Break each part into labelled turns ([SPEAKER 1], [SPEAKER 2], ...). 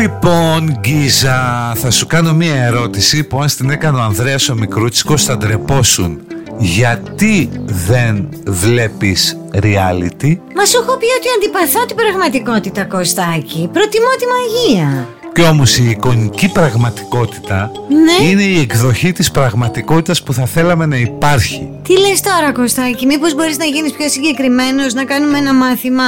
[SPEAKER 1] Λοιπόν, Γκίζα, θα σου κάνω μία ερώτηση που αν στην έκανε ο Ανδρέας ο Μικρούτσικος θα ντρεπόσουν. Γιατί δεν βλέπεις reality?
[SPEAKER 2] Μα σου έχω πει ότι αντιπαθώ την πραγματικότητα, Κωστάκη. Προτιμώ τη μαγεία.
[SPEAKER 1] Και όμως η εικονική πραγματικότητα
[SPEAKER 2] Ναι.
[SPEAKER 1] είναι η εκδοχή της πραγματικότητας που θα θέλαμε να υπάρχει.
[SPEAKER 2] Τι λες τώρα, Κωστάκη, μήπως μπορείς να γίνεις πιο συγκεκριμένος, να κάνουμε ένα μάθημα.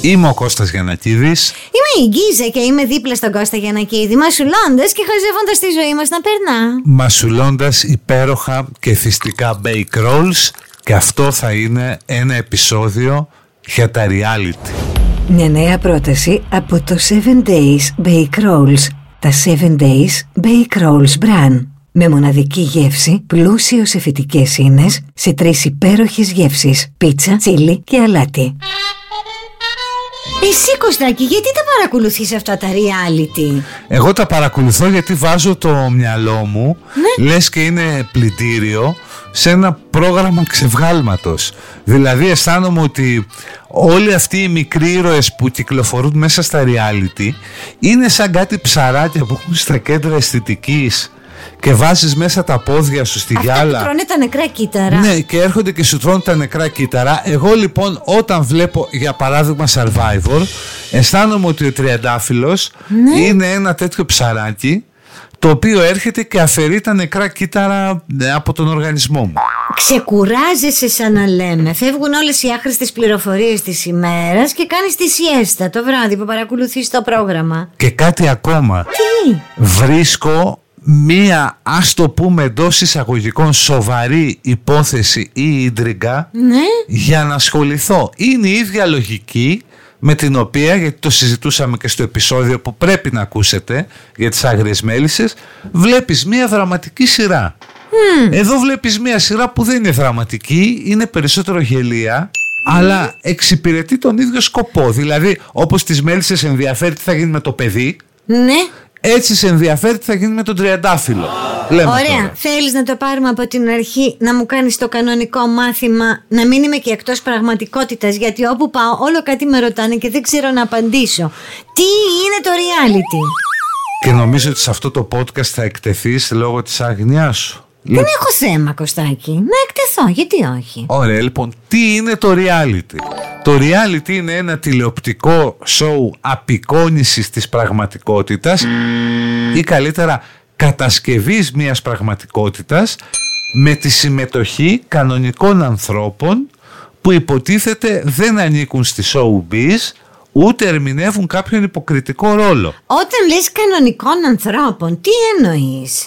[SPEAKER 1] Είμαι ο Κώστας Γιανακίδης.
[SPEAKER 2] Είμαι η Γκίζα και είμαι δίπλα στον Κώστα Γιανακίδη, μασουλώντας και χαζεύοντας τη ζωή μας να περνά.
[SPEAKER 1] μασουλώντας υπέροχα και θυστικά bake rolls και αυτό θα είναι ένα επεισόδιο για τα reality.
[SPEAKER 3] Μια νέα πρόταση από το 7 Days Bake Rolls. Τα 7 Days Bake Rolls Bran. Με μοναδική γεύση, πλούσιο σε φυτικές ίνες, σε τρεις υπέροχες γεύσεις, πίτσα, τσίλι και αλάτι.
[SPEAKER 2] Εσύ, Κωστάκη, γιατί τα παρακολουθείς αυτά τα reality.
[SPEAKER 1] Εγώ τα παρακολουθώ γιατί βάζω το μυαλό μου,
[SPEAKER 2] Ναι.
[SPEAKER 1] λες και είναι πλυντήριο, σε ένα πρόγραμμα ξευγάλματος. Δηλαδή αισθάνομαι ότι όλοι αυτοί οι μικροί ήρωες που κυκλοφορούν μέσα στα reality είναι σαν κάτι ψαράκια που έχουν στα κέντρα αισθητικής και βάζεις μέσα τα πόδια σου στη
[SPEAKER 2] Αυτά
[SPEAKER 1] γυάλα.
[SPEAKER 2] που τρώνε τα νεκρά κύτταρα.
[SPEAKER 1] Ναι, και έρχονται και σου τρώνε τα νεκρά κύτταρα. Εγώ λοιπόν, όταν βλέπω για παράδειγμα Survivor, αισθάνομαι ότι ο τριαντάφυλλος είναι ένα τέτοιο ψαράκι το οποίο έρχεται και αφαιρεί τα νεκρά κύτταρα ε, από τον οργανισμό μου.
[SPEAKER 2] Ξεκουράζεσαι σαν να λέμε. Φεύγουν όλες οι άχρηστες πληροφορίες της ημέρας και κάνεις τη σιέστα το βράδυ που παρακολουθείς το πρόγραμμα.
[SPEAKER 1] Και κάτι ακόμα.
[SPEAKER 2] Τι!
[SPEAKER 1] Βρίσκω μία, ας το πούμε εντός εισαγωγικών, σοβαρή υπόθεση ή ίντριγκα
[SPEAKER 2] Ναι.
[SPEAKER 1] για να ασχοληθώ. Είναι η ίδια λογική με την οποία, γιατί το συζητούσαμε και στο επεισόδιο που πρέπει να ακούσετε για τις άγριες μέλισσες, βλέπεις μία δραματική σειρά. Εδώ βλέπεις μία σειρά που δεν είναι δραματική, είναι περισσότερο γελία, αλλά εξυπηρετεί τον ίδιο σκοπό. Δηλαδή, όπως τις μέλισσες ενδιαφέρει τι θα γίνει με το παιδί,
[SPEAKER 2] Ναι.
[SPEAKER 1] έτσι σε ενδιαφέρει τι θα γίνει με τον τριαντάφυλλο. Λέμε
[SPEAKER 2] Ωραία.
[SPEAKER 1] τώρα.
[SPEAKER 2] Θέλεις να το πάρουμε από την αρχή, να μου κάνεις το κανονικό μάθημα, να μην είμαι και εκτός πραγματικότητας, γιατί όπου πάω όλο κάτι με ρωτάνε και δεν ξέρω να απαντήσω. Τι είναι το reality.
[SPEAKER 1] Και νομίζω ότι σε αυτό το podcast θα εκτεθείς λόγω της άγνοιάς σου.
[SPEAKER 2] Δεν έχω θέμα, Κωστάκη. Να εκτεθώ, γιατί όχι.
[SPEAKER 1] Ωραία, λοιπόν, τι είναι το reality. Το reality είναι ένα τηλεοπτικό σοου απεικόνησης της πραγματικότητας ή καλύτερα κατασκευής μιας πραγματικότητας με τη συμμετοχή κανονικών ανθρώπων που υποτίθεται δεν ανήκουν στη showbiz ούτε ερμηνεύουν κάποιον υποκριτικό ρόλο.
[SPEAKER 2] Όταν λες κανονικών ανθρώπων, τι εννοείς.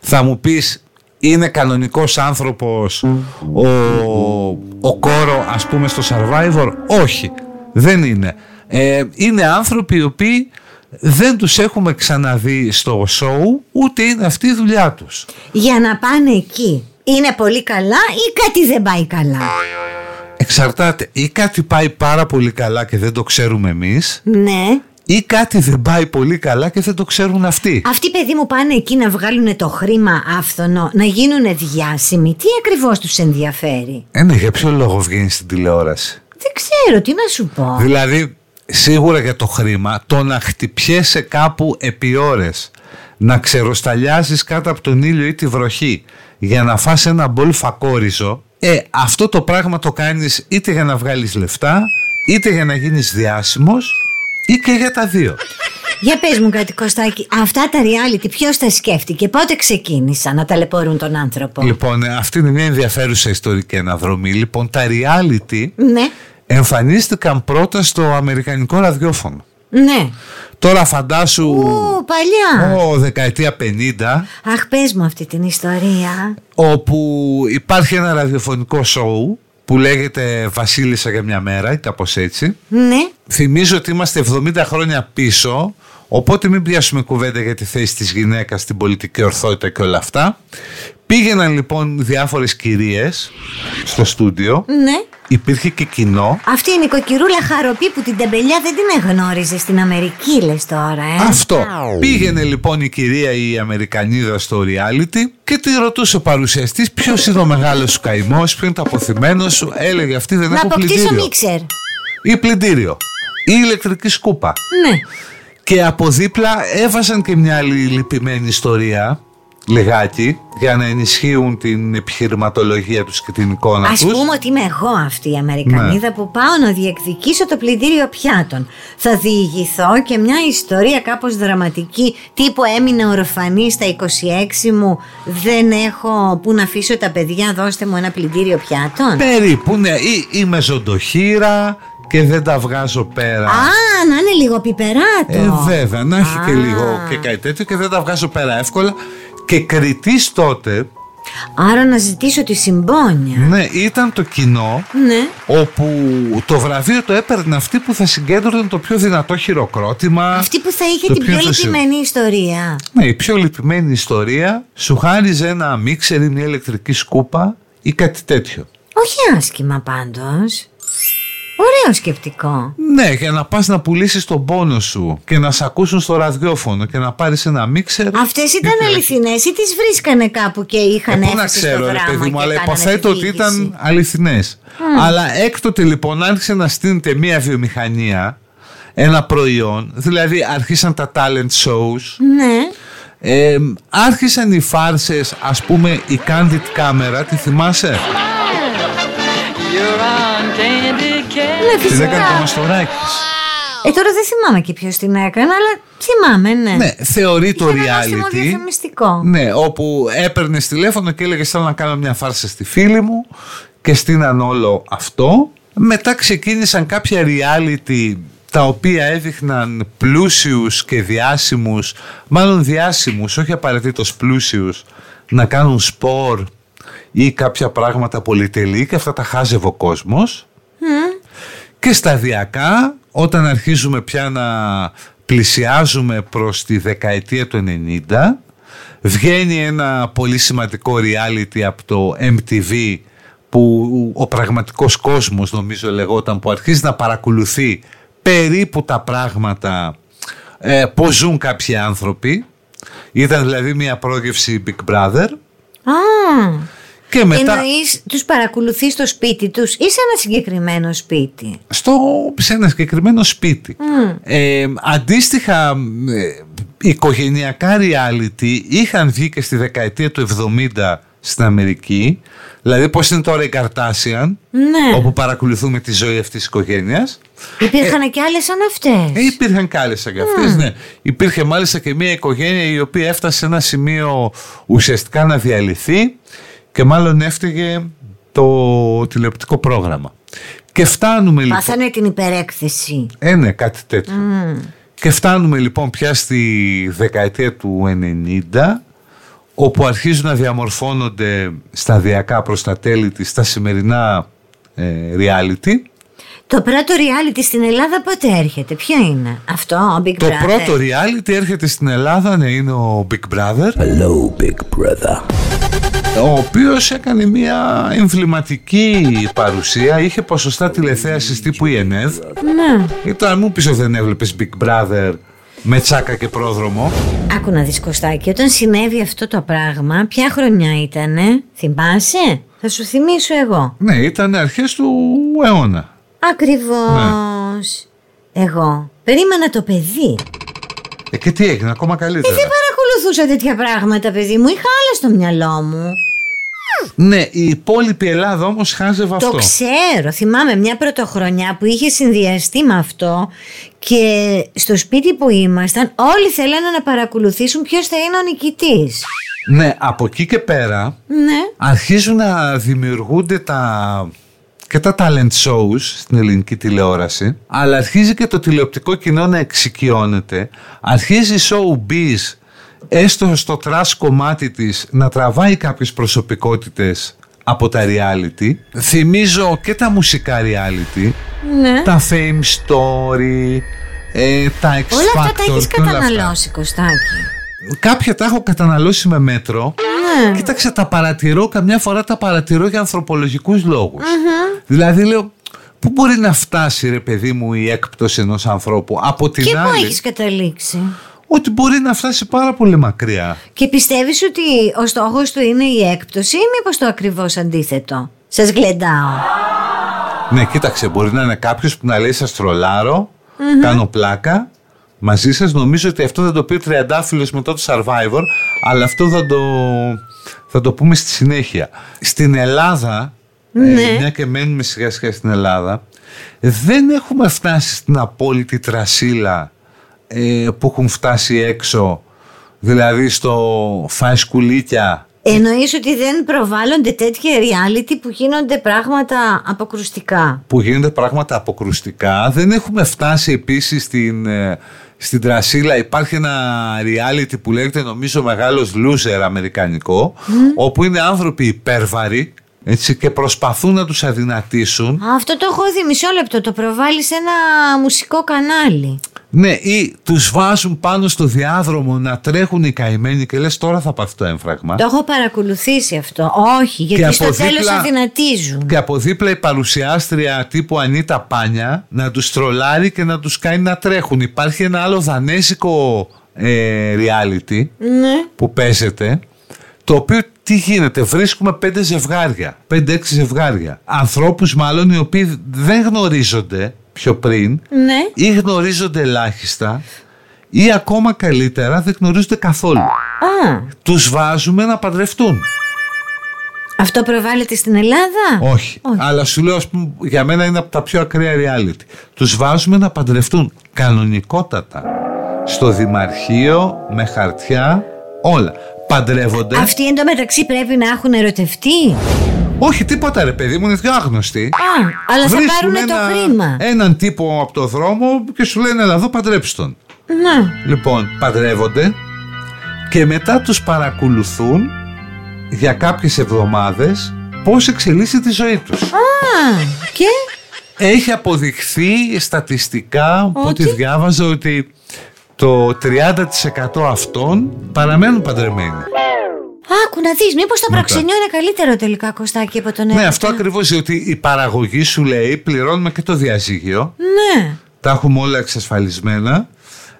[SPEAKER 1] θα μου πεις είναι κανονικός άνθρωπος ο, ο κόρο ας πούμε στο Survivor όχι δεν είναι ε, είναι άνθρωποι οι οποίοι δεν τους έχουμε ξαναδεί στο σοου ούτε είναι αυτή η δουλειά τους
[SPEAKER 2] Για να πάνε εκεί. Είναι πολύ καλά ή κάτι δεν πάει καλά.
[SPEAKER 1] εξαρτάται ή κάτι πάει πάρα πολύ καλά και δεν το ξέρουμε εμείς
[SPEAKER 2] Ναι.
[SPEAKER 1] ή κάτι δεν πάει πολύ καλά και δεν το ξέρουν αυτοί
[SPEAKER 2] Αυτοί παιδί μου πάνε εκεί να βγάλουν το χρήμα άφθονο, να γίνουν διάσημοι. Τι ακριβώς τους ενδιαφέρει.
[SPEAKER 1] ε, ναι, για ποιο λόγο βγαίνει στην τηλεόραση
[SPEAKER 2] Δεν ξέρω τι να σου πω.
[SPEAKER 1] Δηλαδή, σίγουρα για το χρήμα, το να χτυπιέσαι κάπου επί ώρες, να ξεροσταλιάζεις κάτω από τον ήλιο ή τη βροχή για να φας ένα μπολ φακόριζο, ε, αυτό το πράγμα το κάνεις είτε για να βγάλεις λεφτά, είτε για να γίνεις διάσημος, ή και για τα δύο.
[SPEAKER 2] Για πες μου κάτι Κωστάκη, αυτά τα reality ποιος τα σκέφτηκε, πότε ξεκίνησαν να ταλαιπωρούν τον άνθρωπο.
[SPEAKER 1] Λοιπόν, ε, αυτή είναι μια ενδιαφέρουσα ιστορική αναδρομή. Λοιπόν, τα reality
[SPEAKER 2] Ναι,
[SPEAKER 1] εμφανίστηκαν πρώτα στο αμερικανικό ραδιόφωνο.
[SPEAKER 2] ναι.
[SPEAKER 1] Τώρα φαντάσου...
[SPEAKER 2] Ου, παλιά.
[SPEAKER 1] Ο, δεκαετία 50
[SPEAKER 2] Αχ, πες μου αυτή την ιστορία.
[SPEAKER 1] όπου υπάρχει ένα ραδιοφωνικό σοου που λέγεται Βασίλισσα για μια μέρα ή κάπως έτσι.
[SPEAKER 2] Ναι.
[SPEAKER 1] Θυμίζω ότι είμαστε 70 χρόνια πίσω, οπότε μην πιάσουμε κουβέντα για τη θέση της γυναίκας στην πολιτική ορθότητα και όλα αυτά. Πήγαιναν λοιπόν διάφορες κυρίες στο στούντιο,
[SPEAKER 2] Ναι.
[SPEAKER 1] υπήρχε και κοινό.
[SPEAKER 2] Αυτή είναι η κοκκυρούλα χαροπή που την τεμπελιά δεν την εγνώριζε στην Αμερική, λες τώρα, ε.
[SPEAKER 1] Αυτό. Πήγαινε λοιπόν η κυρία η Αμερικανίδα στο reality και τη ρωτούσε ο παρουσιαστής ποιος είναι ο μεγάλος σου καημός, ποιο είναι το αποθυμένο σου. Έλεγε αυτή δεν
[SPEAKER 2] Να
[SPEAKER 1] έχω
[SPEAKER 2] αποκτήσω
[SPEAKER 1] πλυντήριο.
[SPEAKER 2] μίξερ.
[SPEAKER 1] ή πλυντήριο ή ηλεκτρική σκούπα.
[SPEAKER 2] Ναι.
[SPEAKER 1] Και από δίπλα έβαζαν και μια άλλη λυπημένη ιστορία, λιγάκι, για να ενισχύουν την επιχειρηματολογία τους και την εικόνα
[SPEAKER 2] Ας
[SPEAKER 1] τους.
[SPEAKER 2] πούμε ότι είμαι εγώ αυτή η Αμερικανίδα
[SPEAKER 1] Ναι.
[SPEAKER 2] που πάω να διεκδικήσω το πλυντήριο πιάτων. Θα διηγηθώ και μια ιστορία κάπως δραματική, τύπου έμεινα ορφανή στα 26 μου, δεν έχω που να αφήσω τα παιδιά, δώστε μου ένα πλυντήριο πιάτων.
[SPEAKER 1] Περίπου, ναι, ή είμαι ζωντοχύρα και δεν τα βγάζω πέρα.
[SPEAKER 2] Α, να είναι λίγο πιπεράτο.
[SPEAKER 1] Ε, βέβαια, να έχει
[SPEAKER 2] Α.
[SPEAKER 1] και λίγο και κάτι τέτοιο και δεν τα βγάζω πέρα εύκολα. Και κριτής τότε,
[SPEAKER 2] Άρα να ζητήσω τη συμπόνια.
[SPEAKER 1] ναι, ήταν το κοινό
[SPEAKER 2] Ναι.
[SPEAKER 1] όπου το βραβείο το έπαιρνε αυτή που θα συγκέντρωνε το πιο δυνατό χειροκρότημα.
[SPEAKER 2] Αυτή που θα είχε
[SPEAKER 1] το
[SPEAKER 2] την πιο
[SPEAKER 1] θα συ-
[SPEAKER 2] λυπημένη ιστορία.
[SPEAKER 1] Ναι, η πιο λυπημένη ιστορία σου χάριζε ένα μίξερ ή μια ηλεκτρική σκούπα ή κάτι τέτοιο.
[SPEAKER 2] Όχι άσχημα πάντως. Ωραίο σκεπτικό.
[SPEAKER 1] Ναι, για να πας να πουλήσεις τον πόνο σου και να σε ακούσουν στο ραδιόφωνο και να πάρεις ένα μίξερ.
[SPEAKER 2] Αυτές ήταν
[SPEAKER 1] Ή-
[SPEAKER 2] αληθινές ή τις βρίσκανε κάπου και είχαν
[SPEAKER 1] Ε, πού να
[SPEAKER 2] έφεση στο
[SPEAKER 1] ξέρω, ρε
[SPEAKER 2] δράμα
[SPEAKER 1] παιδί
[SPEAKER 2] και
[SPEAKER 1] μου, αλλά
[SPEAKER 2] κάνανε
[SPEAKER 1] υποθέτω ότι
[SPEAKER 2] διοίκηση.
[SPEAKER 1] ήταν αληθινές. Αλλά έκτοτε λοιπόν άρχισε να στείνεται μία βιομηχανία, ένα προϊόν, δηλαδή αρχίσαν τα talent shows,
[SPEAKER 2] Ναι.
[SPEAKER 1] ε, άρχισαν οι φάρσες, ας πούμε η Candid Camera, τη θυμάσαι,
[SPEAKER 4] You're on candy cane.
[SPEAKER 2] Ναι,
[SPEAKER 1] την
[SPEAKER 2] φυσικά.
[SPEAKER 1] έκανε το Μαστοράκης.
[SPEAKER 2] Ε, τώρα δεν θυμάμαι και ποιος την έκανε, αλλά θυμάμαι, ναι.
[SPEAKER 1] Ναι, θεωρεί το
[SPEAKER 2] Είχε ένα νόστιμο
[SPEAKER 1] reality.
[SPEAKER 2] διαφημιστικό.
[SPEAKER 1] Ναι, όπου έπαιρνε τηλέφωνο και έλεγε Θέλω να κάνω μια φάρσα στη φίλη μου και στείναν όλο αυτό. Μετά ξεκίνησαν κάποια reality τα οποία έδειχναν πλούσιους και διάσημους, μάλλον διάσημους, όχι απαραίτητος πλούσιους, να κάνουν σπορ ή κάποια πράγματα πολυτελή και αυτά τα χάζευε ο κόσμος. Και σταδιακά όταν αρχίζουμε πια να πλησιάζουμε προς τη δεκαετία του 90 βγαίνει ένα πολύ σημαντικό reality από το MTV που ο πραγματικός κόσμος νομίζω λεγόταν που αρχίζει να παρακολουθεί περίπου τα πράγματα ε, πώς ζουν κάποιοι άνθρωποι ήταν δηλαδή μια πρόγευση Big Brother
[SPEAKER 2] Α,
[SPEAKER 1] και μετά
[SPEAKER 2] εννοείς τους παρακολουθείς στο σπίτι τους ή σε ένα συγκεκριμένο σπίτι.
[SPEAKER 1] στο, σε ένα συγκεκριμένο σπίτι. Ε, αντίστοιχα, ε, οικογενειακά reality είχαν βγει και στη δεκαετία του 70 στην Αμερική. Δηλαδή, πώς είναι τώρα η Καρτάσιαν,
[SPEAKER 2] Ναι.
[SPEAKER 1] όπου παρακολουθούμε τη ζωή αυτής της οικογένειας.
[SPEAKER 2] Υπήρχαν και άλλες σαν αυτές.
[SPEAKER 1] Ε, υπήρχαν κι άλλες σαν και αυτές, ναι. Υπήρχε μάλιστα και μια οικογένεια η οποία έφτασε σε ένα σημείο ουσιαστικά να διαλυθεί και μάλλον έφταιγε το τηλεοπτικό πρόγραμμα. Και φτάνουμε λοιπόν...
[SPEAKER 2] Πάθανε την υπερέκθεση.
[SPEAKER 1] Ε, ναι, κάτι τέτοιο. Και φτάνουμε λοιπόν πια στη δεκαετία του 90 όπου αρχίζουν να διαμορφώνονται σταδιακά προς τα τέλη της τα σημερινά ε, reality.
[SPEAKER 2] Το πρώτο reality στην Ελλάδα πότε έρχεται, ποιο είναι αυτό, Big
[SPEAKER 1] Το
[SPEAKER 2] Brother.
[SPEAKER 1] πρώτο reality έρχεται στην Ελλάδα, ναι, είναι ο Big Brother,
[SPEAKER 5] Hello, Big Brother.
[SPEAKER 1] ο οποίος έκανε μια εμβληματική παρουσία, είχε ποσοστά τηλεθέασης τύπου η ΕΝΕΔ.
[SPEAKER 2] Ναι.
[SPEAKER 1] Ήταν μου πίσω δεν έβλεπες Big Brother με τσάκα και πρόδρομο.
[SPEAKER 2] Άκου να δεις Κωστάκη, όταν συνέβη αυτό το πράγμα, ποια χρονιά ήτανε, θυμάσαι, θα σου θυμίσω εγώ.
[SPEAKER 1] Ναι, ήταν αρχές του αιώνα. Ναι.
[SPEAKER 2] Ακριβώς. Εγώ περίμενα το παιδί.
[SPEAKER 1] Ε, και τι έγινε, ακόμα καλύτερα.
[SPEAKER 2] Δεν παρακολουθούσα τέτοια πράγματα, παιδί μου. Είχα άλλα στο μυαλό μου.
[SPEAKER 1] ναι, η υπόλοιπη Ελλάδα όμως χάζευε
[SPEAKER 2] Το
[SPEAKER 1] αυτό.
[SPEAKER 2] ξέρω. Θυμάμαι μια πρωτοχρονιά που είχε συνδυαστεί με αυτό και στο σπίτι που ήμασταν όλοι θέλανε να παρακολουθήσουν ποιος θα είναι ο νικητής.
[SPEAKER 1] Ναι, από εκεί και πέρα
[SPEAKER 2] Ναι.
[SPEAKER 1] αρχίζουν να δημιουργούνται τα και τα talent shows στην ελληνική τηλεόραση, αλλά αρχίζει και το τηλεοπτικό κοινό να εξοικειώνεται, αρχίζει η showbiz έστω στο τρας κομμάτι της να τραβάει κάποιες προσωπικότητες από τα reality. Θυμίζω και τα μουσικά reality,
[SPEAKER 2] ναι.
[SPEAKER 1] τα fame story, ε, τα X
[SPEAKER 2] Όλα αυτά τα
[SPEAKER 1] Factor
[SPEAKER 2] έχεις
[SPEAKER 1] και όλα αυτά.
[SPEAKER 2] καταναλώσει, Κωστάκη.
[SPEAKER 1] Κάποια τα έχω καταναλώσει με μέτρο.
[SPEAKER 2] Ναι.
[SPEAKER 1] Κοίταξε, τα παρατηρώ, καμιά φορά τα παρατηρώ για ανθρωπολογικούς λόγους. Δηλαδή λέω, πού μπορεί να φτάσει ρε παιδί μου η έκπτωση ενός ανθρώπου. Από την
[SPEAKER 2] Και πού
[SPEAKER 1] άλλη,
[SPEAKER 2] έχεις καταλήξει.
[SPEAKER 1] ότι μπορεί να φτάσει πάρα πολύ μακριά.
[SPEAKER 2] Και πιστεύεις ότι ο στόχος του είναι η έκπτωση ή μήπως το ακριβώς αντίθετο. Σας γλεντάω.
[SPEAKER 1] Ναι, κοίταξε, μπορεί να είναι κάποιος που να λέει Σας τρολάρω, κάνω πλάκα, μαζί σας. Νομίζω ότι αυτό θα το πει ο Τριαντάφυλλος μετά το Survivor, αλλά αυτό θα το, θα το πούμε στη συνέχεια. Στην Ελλάδα, ε,
[SPEAKER 2] Ναι.
[SPEAKER 1] μια και μένουμε σιγά σιγά στην Ελλάδα, δεν έχουμε φτάσει στην απόλυτη τρασίλα ε, που έχουν φτάσει έξω, δηλαδή στο φάει σκουλίκια.
[SPEAKER 2] Εννοείς ότι δεν προβάλλονται τέτοια reality που γίνονται πράγματα αποκρουστικά.
[SPEAKER 1] που γίνονται πράγματα αποκρουστικά. Δεν έχουμε φτάσει επίσης στην, ε, στην τρασίλα. Υπάρχει ένα reality που λέγεται νομίζω μεγάλος loser αμερικανικό, όπου είναι άνθρωποι υπέρβαροι έτσι, και προσπαθούν να τους αδυνατήσουν.
[SPEAKER 2] Α, Αυτό το έχω δει μισό λεπτό, το προβάλλει σε ένα μουσικό κανάλι.
[SPEAKER 1] Ναι, ή τους βάζουν πάνω στο διάδρομο να τρέχουν οι καημένοι και λες τώρα θα πάθει το έμφραγμα.
[SPEAKER 2] Το έχω παρακολουθήσει αυτό. Όχι, γιατί στο τέλος αδυνατίζουν.
[SPEAKER 1] και από δίπλα η παρουσιάστρια τύπου Ανίτα Πάνια να τους τρολάρει και να τους κάνει να τρέχουν. Υπάρχει ένα άλλο δανέζικο ε, reality
[SPEAKER 2] Ναι.
[SPEAKER 1] που παίζεται, το οποίο τι γίνεται, βρίσκουμε πέντε ζευγάρια, πέντε-έξι ζευγάρια, ανθρώπους μάλλον οι οποίοι δεν γνωρίζονται πιο πριν
[SPEAKER 2] Ναι.
[SPEAKER 1] ή γνωρίζονται ελάχιστα ή ακόμα καλύτερα δεν γνωρίζονται καθόλου.
[SPEAKER 2] Α,
[SPEAKER 1] Τους βάζουμε να παντρευτούν.
[SPEAKER 2] αυτό προβάλλεται στην Ελλάδα.
[SPEAKER 1] Όχι. Αλλά σου λέω, ας πούμε, για μένα είναι από τα πιο ακραία reality. Τους βάζουμε να παντρευτούν κανονικότατα. Στο δημαρχείο, με χαρτιά, όλα. Παντρεύονται.
[SPEAKER 2] Αυτοί εντωμεταξύ πρέπει να έχουν ερωτευτεί.
[SPEAKER 1] Όχι τίποτα ρε παιδί μου, είναι δύο άγνωστοι.
[SPEAKER 2] Α, αλλά θα
[SPEAKER 1] Βρίσκουν
[SPEAKER 2] πάρουν το
[SPEAKER 1] ένα-
[SPEAKER 2] χρήμα.
[SPEAKER 1] Έναν τύπο από το δρόμο και σου λένε Ελά, εδώ παντρέψει τον.
[SPEAKER 2] Ναι.
[SPEAKER 1] Λοιπόν, παντρεύονται και μετά τους παρακολουθούν για κάποιες εβδομάδες πώς εξελίσσεται η ζωή τους.
[SPEAKER 2] Α, και.
[SPEAKER 1] Έχει αποδειχθεί στατιστικά που
[SPEAKER 2] Ότι?
[SPEAKER 1] τη διάβαζα ότι το 30% αυτών παραμένουν παντρεμένοι.
[SPEAKER 2] Άκου να δει, μήπως το προξενείο είναι καλύτερο τελικά Κωστάκι από τον
[SPEAKER 1] Ναι,
[SPEAKER 2] έρωτα.
[SPEAKER 1] αυτό ακριβώς διότι η παραγωγή σου λέει πληρώνουμε και το διαζύγιο,
[SPEAKER 2] Ναι.
[SPEAKER 1] τα έχουμε όλα εξασφαλισμένα,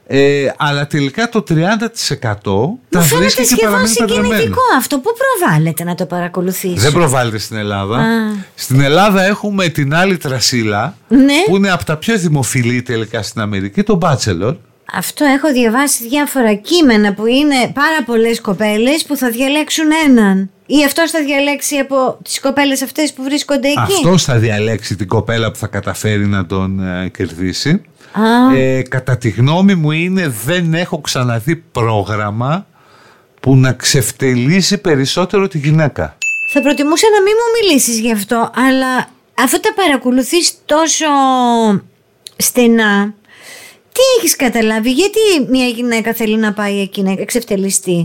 [SPEAKER 1] ε, αλλά τελικά το 30% τα
[SPEAKER 2] Μου φαίνεται
[SPEAKER 1] βρίσκει και
[SPEAKER 2] σχεδόν
[SPEAKER 1] παραμένει παντρεμένο.
[SPEAKER 2] συγκινητικό αυτό. Πού προβάλλεται να το παρακολουθήσει.
[SPEAKER 1] Δεν προβάλλεται στην Ελλάδα.
[SPEAKER 2] Α.
[SPEAKER 1] Στην Ελλάδα έχουμε την άλλη τρασίλα
[SPEAKER 2] Ναι.
[SPEAKER 1] που είναι από τα πιο δημοφιλή τελικά στην Αμερική, το Bachelor.
[SPEAKER 2] Αυτό έχω διαβάσει διάφορα κείμενα που είναι πάρα πολλές κοπέλες που θα διαλέξουν έναν. Ή αυτό θα διαλέξει από τις κοπέλες αυτές που βρίσκονται εκεί.
[SPEAKER 1] Αυτό θα διαλέξει την κοπέλα που θα καταφέρει να τον ε, κερδίσει.
[SPEAKER 2] Α,
[SPEAKER 1] Ε, κατά τη γνώμη μου είναι δεν έχω ξαναδεί πρόγραμμα που να ξεφτελίζει περισσότερο τη γυναίκα.
[SPEAKER 2] Θα προτιμούσα να μην μου μιλήσεις γι' αυτό, αλλά αφού τα παρακολουθείς τόσο στενά, τι έχεις καταλάβει, γιατί μια γυναίκα θέλει να πάει εκεί να εξευτελιστεί.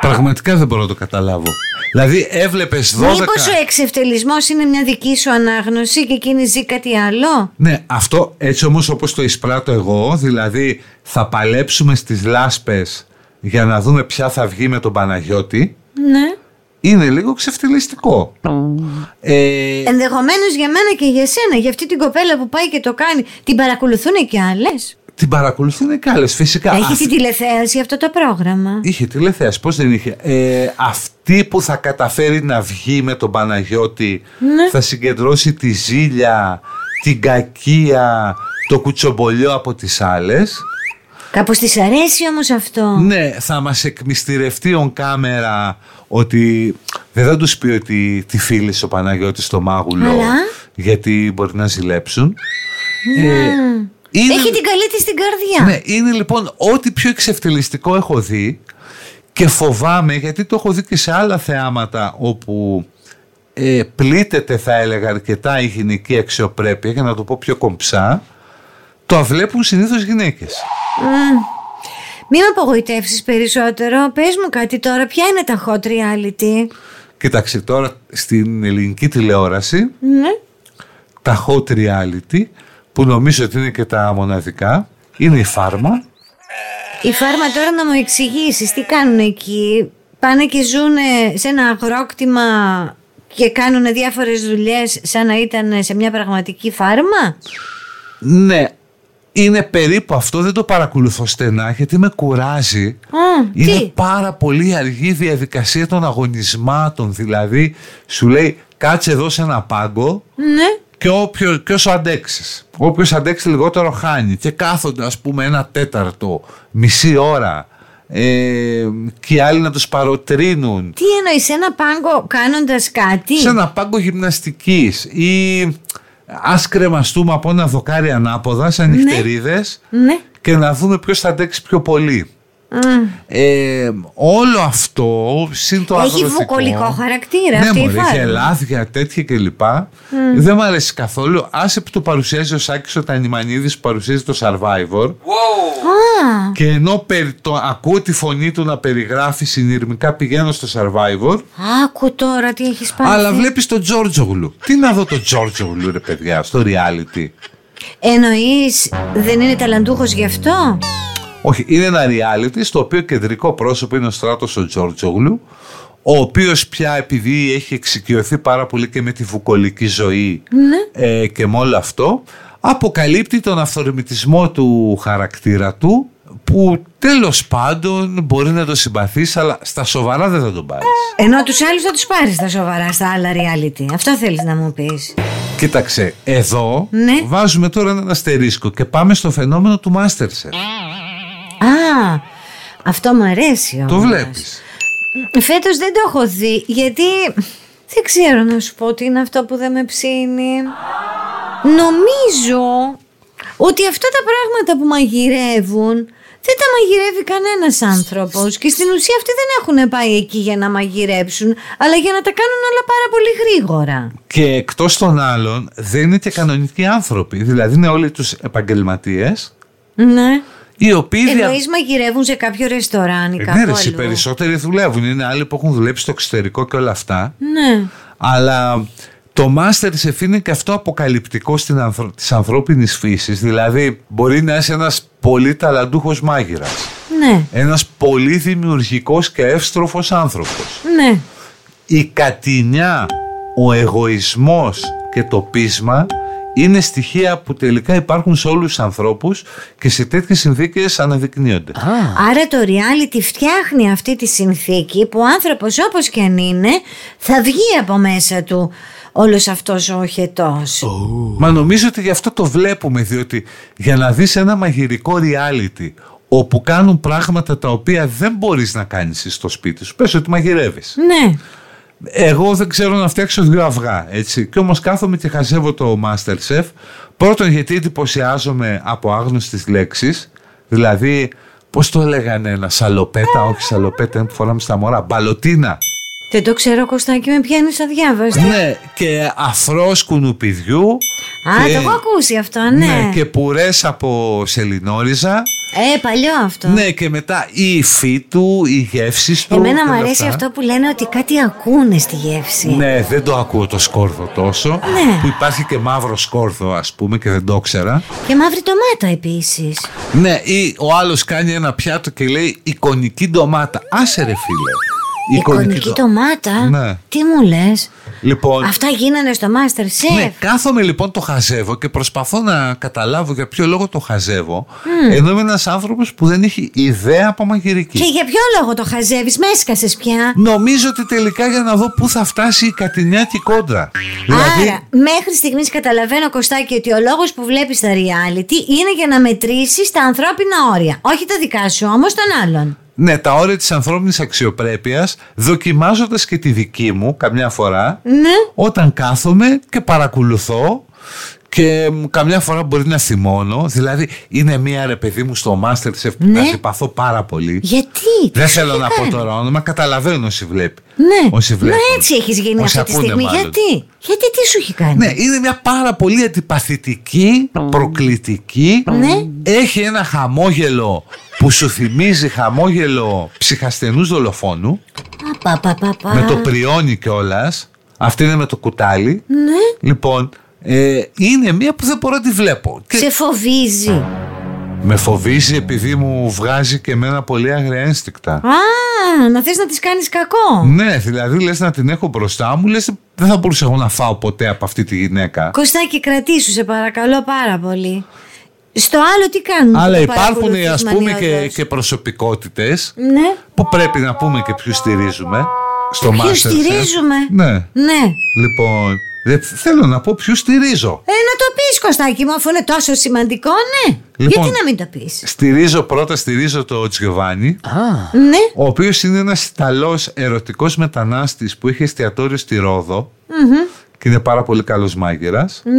[SPEAKER 1] Πραγματικά δεν μπορώ να το καταλάβω. Δηλαδή έβλεπες 12...
[SPEAKER 2] Μήπως ο εξευτελισμός είναι μια δική σου ανάγνωση και εκείνη ζει κάτι άλλο.
[SPEAKER 1] Ναι, αυτό έτσι όμως όπως το εισπράττω εγώ, δηλαδή θα παλέψουμε στις λάσπες για να δούμε ποια θα βγει με τον Παναγιώτη,
[SPEAKER 2] Ναι.
[SPEAKER 1] είναι λίγο ξεφτυλιστικό. Ε,
[SPEAKER 2] Ενδεχομένως για μένα και για σένα, για αυτή την κοπέλα που πάει και το κάνει, την παρακολουθούν και άλλες.
[SPEAKER 1] την παρακολουθούν και άλλες φυσικά.
[SPEAKER 2] Έχει
[SPEAKER 1] Αυτή-
[SPEAKER 2] την τηλεθέαση αυτό το πρόγραμμα.
[SPEAKER 1] Είχε τηλεθέαση, πώς δεν είχε. Ε, αυτή που θα καταφέρει να βγει με τον Παναγιώτη
[SPEAKER 2] Ναι.
[SPEAKER 1] θα συγκεντρώσει τη ζήλια, την κακία, το κουτσομπολιό από τις άλλες.
[SPEAKER 2] Κάπως της αρέσει όμως αυτό.
[SPEAKER 1] Ναι, θα μας εκμυστηρευτεί on κάμερα ότι δεν θα τους πει ότι τη φίλησε ο Παναγιώτης στο μάγουλο
[SPEAKER 2] Αλλά?
[SPEAKER 1] γιατί μπορεί να ζηλέψουν. Ε, είναι-
[SPEAKER 2] Ναι. Έχει την καλή της την καρδιά.
[SPEAKER 1] ναι, είναι λοιπόν ό,τι πιο εξευτελιστικό έχω δει και φοβάμαι γιατί το έχω δει και σε άλλα θεάματα όπου ε, πλήττεται θα έλεγα αρκετά η γυναική αξιοπρέπεια για να το πω πιο κομψά το βλέπουν συνήθως γυναίκες.
[SPEAKER 2] Μην με απογοητεύσεις περισσότερο. Πες μου κάτι τώρα, ποια είναι τα hot reality.
[SPEAKER 1] Κοίταξε τώρα στην ελληνική τηλεόραση
[SPEAKER 2] Ναι.
[SPEAKER 1] τα hot reality που νομίζω ότι είναι και τα μοναδικά είναι η φάρμα
[SPEAKER 2] Η φάρμα τώρα να μου εξηγήσεις τι κάνουν εκεί. Πάνε και ζουν σε ένα αγρόκτημα και κάνουν διάφορες δουλειές σαν να ήταν σε μια πραγματική φάρμα.
[SPEAKER 1] ναι είναι περίπου αυτό δεν το παρακολουθώ στενά γιατί με κουράζει
[SPEAKER 2] Α,
[SPEAKER 1] Είναι
[SPEAKER 2] τι.
[SPEAKER 1] πάρα πολύ αργή η διαδικασία των αγωνισμάτων. Δηλαδή, σου λέει κάτσε εδώ σε ένα πάγκο
[SPEAKER 2] Ναι.
[SPEAKER 1] και και, όποιο, και όσο αντέξεις. Όποιος αντέξει λιγότερο χάνει και κάθονται ας πούμε ένα τέταρτο, μισή ώρα ε, και οι άλλοι να τους παροτρύνουν
[SPEAKER 2] Τι εννοείς, σε ένα πάγκο κάνοντας κάτι.
[SPEAKER 1] σε ένα πάγκο γυμναστικής ή ας κρεμαστούμε από ένα δοκάρι ανάποδα σαν νυχτερίδες
[SPEAKER 2] Ναι.
[SPEAKER 1] και να δούμε ποιος θα αντέξει πιο πολύ.
[SPEAKER 2] Μμ.
[SPEAKER 1] Ε, όλο αυτό συν το
[SPEAKER 2] Έχει
[SPEAKER 1] αγροτικό-
[SPEAKER 2] βουκολικό
[SPEAKER 1] Ναι,
[SPEAKER 2] χαρακτήρα αυτή η Mm.
[SPEAKER 1] μωρέ,
[SPEAKER 2] φάρμα.
[SPEAKER 1] είχε λάθια, τέτοια κλπ. Δεν μου αρέσει καθόλου. Άσε που το παρουσιάζει ο Σάκης ο Τανιμανίδης που παρουσιάζει το Survivor.
[SPEAKER 2] Α,
[SPEAKER 1] Και ενώ περι- το, ακούω τη φωνή του να περιγράφει συνειρμικά πηγαίνω στο Survivor,
[SPEAKER 2] άκου τώρα τι έχεις πάθει.
[SPEAKER 1] αλλά βλέπεις τον Τζόρτζογλου. Τι να δω τον Τζόρτζογλου, ρε παιδιά, στο reality.
[SPEAKER 2] Εννοείς δεν είναι ταλαντούχος γι' αυτό.
[SPEAKER 1] Όχι, είναι ένα reality στο οποίο κεντρικό πρόσωπο είναι ο Στράτος ο Τζόρτζογλου, ο οποίος πια επειδή έχει εξοικειωθεί πάρα πολύ και με τη βουκολική ζωή ε, και με όλο αυτό, αποκαλύπτει τον αυθορμητισμό του χαρακτήρα του, που τέλος πάντων μπορεί να το συμπαθείς, αλλά στα σοβαρά δεν θα τον πάρεις.
[SPEAKER 2] Ενώ τους άλλους θα τους πάρεις τα σοβαρά στα άλλα reality. Αυτό θέλεις να μου πεις.
[SPEAKER 1] Κοίταξε, εδώ
[SPEAKER 2] Ναι.
[SPEAKER 1] βάζουμε τώρα έναν αστερίσκο και πάμε στο φαινόμενο του Masterchef.
[SPEAKER 2] Α, αυτό μου αρέσει όμως.
[SPEAKER 1] Το βλέπεις.
[SPEAKER 2] Φέτος δεν το έχω δει γιατί δεν ξέρω να σου πω τι είναι αυτό που δεν με ψήνει. Νομίζω ότι αυτά τα πράγματα που μαγειρεύουν δεν τα μαγειρεύει κανένας άνθρωπος και στην ουσία αυτοί δεν έχουν πάει εκεί για να μαγειρέψουν αλλά για να τα κάνουν όλα πάρα πολύ γρήγορα.
[SPEAKER 1] Και εκτός των άλλων δεν είναι και κανονικοί άνθρωποι. Δηλαδή είναι όλοι τους επαγγελματίες
[SPEAKER 2] Ναι.
[SPEAKER 1] οι οποίοι... δια-
[SPEAKER 2] Εννοείς μαγειρεύουν σε κάποιο ρεστοράν ή
[SPEAKER 1] Ε,
[SPEAKER 2] κάπου
[SPEAKER 1] ναι, ρε, οι
[SPEAKER 2] αλλού.
[SPEAKER 1] περισσότεροι δουλεύουν. Είναι άλλοι που έχουν δουλέψει στο εξωτερικό και όλα αυτά.
[SPEAKER 2] Ναι.
[SPEAKER 1] Αλλά το Masterchef είναι και αυτό αποκαλυπτικό στην ανθρω... της ανθρώπινης φύσης. Δηλαδή μπορεί να είσαι ένας πολύ ταλαντούχος μάγειρας.
[SPEAKER 2] Ναι.
[SPEAKER 1] Ένας πολύ δημιουργικός και εύστροφος άνθρωπος.
[SPEAKER 2] Ναι.
[SPEAKER 1] Η κατηνιά, ο εγωισμός και το πείσμα είναι στοιχεία που τελικά υπάρχουν σε όλους τους ανθρώπους και σε τέτοιες συνθήκες αναδεικνύονται.
[SPEAKER 2] Άρα το reality φτιάχνει αυτή τη συνθήκη που ο άνθρωπος όπως και αν είναι θα βγει από μέσα του όλος αυτός ο οχετός.
[SPEAKER 1] Μα νομίζω ότι γι' αυτό το βλέπουμε, διότι για να δεις ένα μαγειρικό reality όπου κάνουν πράγματα τα οποία δεν μπορείς να κάνεις στο σπίτι σου. Πες ότι μαγειρεύεις.
[SPEAKER 2] Ναι.
[SPEAKER 1] Εγώ δεν ξέρω να φτιάξω δύο αυγά, έτσι. Και όμως κάθομαι και χαζεύω το Masterchef. Πρώτον γιατί εντυπωσιάζομαι από άγνωστες λέξεις. Δηλαδή, πώς το λέγανε ένα, σαλοπέτα, όχι σαλοπέτα, είναι που φοράμε στα μωρά, μπαλωτίνα.
[SPEAKER 2] Δεν το ξέρω Κωστάκη με πιάνεις αδιάβαστη.
[SPEAKER 1] Ναι, και αφρός κουνουπιδιού.
[SPEAKER 2] Α, το έχω ακούσει αυτό, ναι.
[SPEAKER 1] Ε. και πουρές από σελινόριζα.
[SPEAKER 2] Ε, παλιό αυτό.
[SPEAKER 1] Ναι, και μετά η υφή του, οι γεύσεις του.
[SPEAKER 2] Εμένα μου
[SPEAKER 1] και όλα
[SPEAKER 2] αρέσει
[SPEAKER 1] αυτά.
[SPEAKER 2] αυτό που λένε ότι κάτι ακούνε στη γεύση.
[SPEAKER 1] Ναι, δεν το ακούω το σκόρδο τόσο.
[SPEAKER 2] Ναι.
[SPEAKER 1] Που υπάρχει και μαύρο σκόρδο, ας πούμε, και δεν το ξέρα.
[SPEAKER 2] Και μαύρη ντομάτα επίσης.
[SPEAKER 1] Ναι, ή ο άλλος κάνει ένα πιάτο και λέει εικονική ντομάτα. Άσε ρε φίλε.
[SPEAKER 2] Εικονική
[SPEAKER 1] ντο-
[SPEAKER 2] ντομάτα.
[SPEAKER 1] Ναι.
[SPEAKER 2] Τι μου λες.
[SPEAKER 1] Λοιπόν,
[SPEAKER 2] Αυτά γίνανε στο Masterchef.
[SPEAKER 1] ναι, κάθομαι λοιπόν το χαζεύω και προσπαθώ να καταλάβω για ποιο λόγο το χαζεύω. Ενώ είμαι ένας άνθρωπος που δεν έχει ιδέα από μαγειρική.
[SPEAKER 2] Και για ποιο λόγο το χαζεύεις, με έσκασες πια.
[SPEAKER 1] Νομίζω ότι τελικά για να δω πού θα φτάσει η κατηνιά και η κόντρα.
[SPEAKER 2] Άρα,
[SPEAKER 1] δηλαδή?
[SPEAKER 2] μέχρι στιγμής καταλαβαίνω, Κωστάκη, ότι ο λόγος που βλέπεις τα reality είναι για να μετρήσεις τα ανθρώπινα όρια. Όχι τα δικά σου, όμως των άλλων.
[SPEAKER 1] Ναι, τα όρια της ανθρώπινης αξιοπρέπειας, δοκιμάζοντας και τη δική μου καμιά φορά,
[SPEAKER 2] Ναι.
[SPEAKER 1] όταν κάθομαι και παρακολουθώ και μ, καμιά φορά μπορεί να θυμώνω. Δηλαδή, είναι μία ρε παιδί μου στο Masterchef που
[SPEAKER 2] Ναι.
[SPEAKER 1] τα συμπαθώ πάρα πολύ.
[SPEAKER 2] Γιατί.
[SPEAKER 1] Δεν
[SPEAKER 2] τι
[SPEAKER 1] θέλω
[SPEAKER 2] έχει
[SPEAKER 1] να
[SPEAKER 2] κάνει?
[SPEAKER 1] πω τώρα όνομα, καταλαβαίνω όσοι βλέπει.
[SPEAKER 2] Ναι.
[SPEAKER 1] Όσοι
[SPEAKER 2] Μα
[SPEAKER 1] βλέπουν.
[SPEAKER 2] έτσι έχεις γίνει
[SPEAKER 1] Όσοι
[SPEAKER 2] αυτή τη
[SPEAKER 1] ακούνε
[SPEAKER 2] στιγμή.
[SPEAKER 1] μάλλον.
[SPEAKER 2] Γιατί. Γιατί τι σου έχει κάνει.
[SPEAKER 1] Ναι, είναι μια πάρα πολύ αντιπαθητική, προκλητική.
[SPEAKER 2] Ναι.
[SPEAKER 1] Έχει ένα χαμόγελο που σου θυμίζει χαμόγελο ψυχασθενούς δολοφόνου.
[SPEAKER 2] Πα, πα, πα, πα.
[SPEAKER 1] με το πριόνι κιόλας. Αυτή είναι με το κουτάλι.
[SPEAKER 2] Ναι.
[SPEAKER 1] Λοιπόν, ε, είναι μία που δεν μπορώ να τη βλέπω. Και
[SPEAKER 2] Σε φοβίζει.
[SPEAKER 1] Με φοβίζει επειδή μου βγάζει και εμένα πολύ άγρια ένστικτα.
[SPEAKER 2] Α, να θες να της κάνεις κακό.
[SPEAKER 1] Ναι, δηλαδή λες να την έχω μπροστά μου, λες δεν θα μπορούσα εγώ να φάω ποτέ από αυτή τη γυναίκα.
[SPEAKER 2] Κωστάκη, κρατήσου, σε παρακαλώ πάρα πολύ. Στο άλλο τι κάνουν.
[SPEAKER 1] Αλλά
[SPEAKER 2] το
[SPEAKER 1] υπάρχουν
[SPEAKER 2] παρακολουθείς
[SPEAKER 1] ας πούμε και,
[SPEAKER 2] μανιωδώς.
[SPEAKER 1] και προσωπικότητες
[SPEAKER 2] Ναι.
[SPEAKER 1] που πρέπει να πούμε και ποιους στηρίζουμε στο
[SPEAKER 2] Ποιους
[SPEAKER 1] Masterchef.
[SPEAKER 2] στηρίζουμε.
[SPEAKER 1] Ναι.
[SPEAKER 2] Ναι.
[SPEAKER 1] Λοιπόν, Δεν θέλω να πω ποιους στηρίζω.
[SPEAKER 2] Ε, να το πεις, Κωστάκι μου, αφού είναι τόσο σημαντικό, ναι.
[SPEAKER 1] Λοιπόν.
[SPEAKER 2] Γιατί να μην το πεις.
[SPEAKER 1] Στηρίζω πρώτα, στηρίζω το Τζιοβάνι,
[SPEAKER 2] Ναι.
[SPEAKER 1] ο οποίος είναι ένας Ιταλός ερωτικός μετανάστης που είχε εστιατόριο στη ροδο και είναι πάρα πολύ καλός μάγειρας.
[SPEAKER 2] Ναι.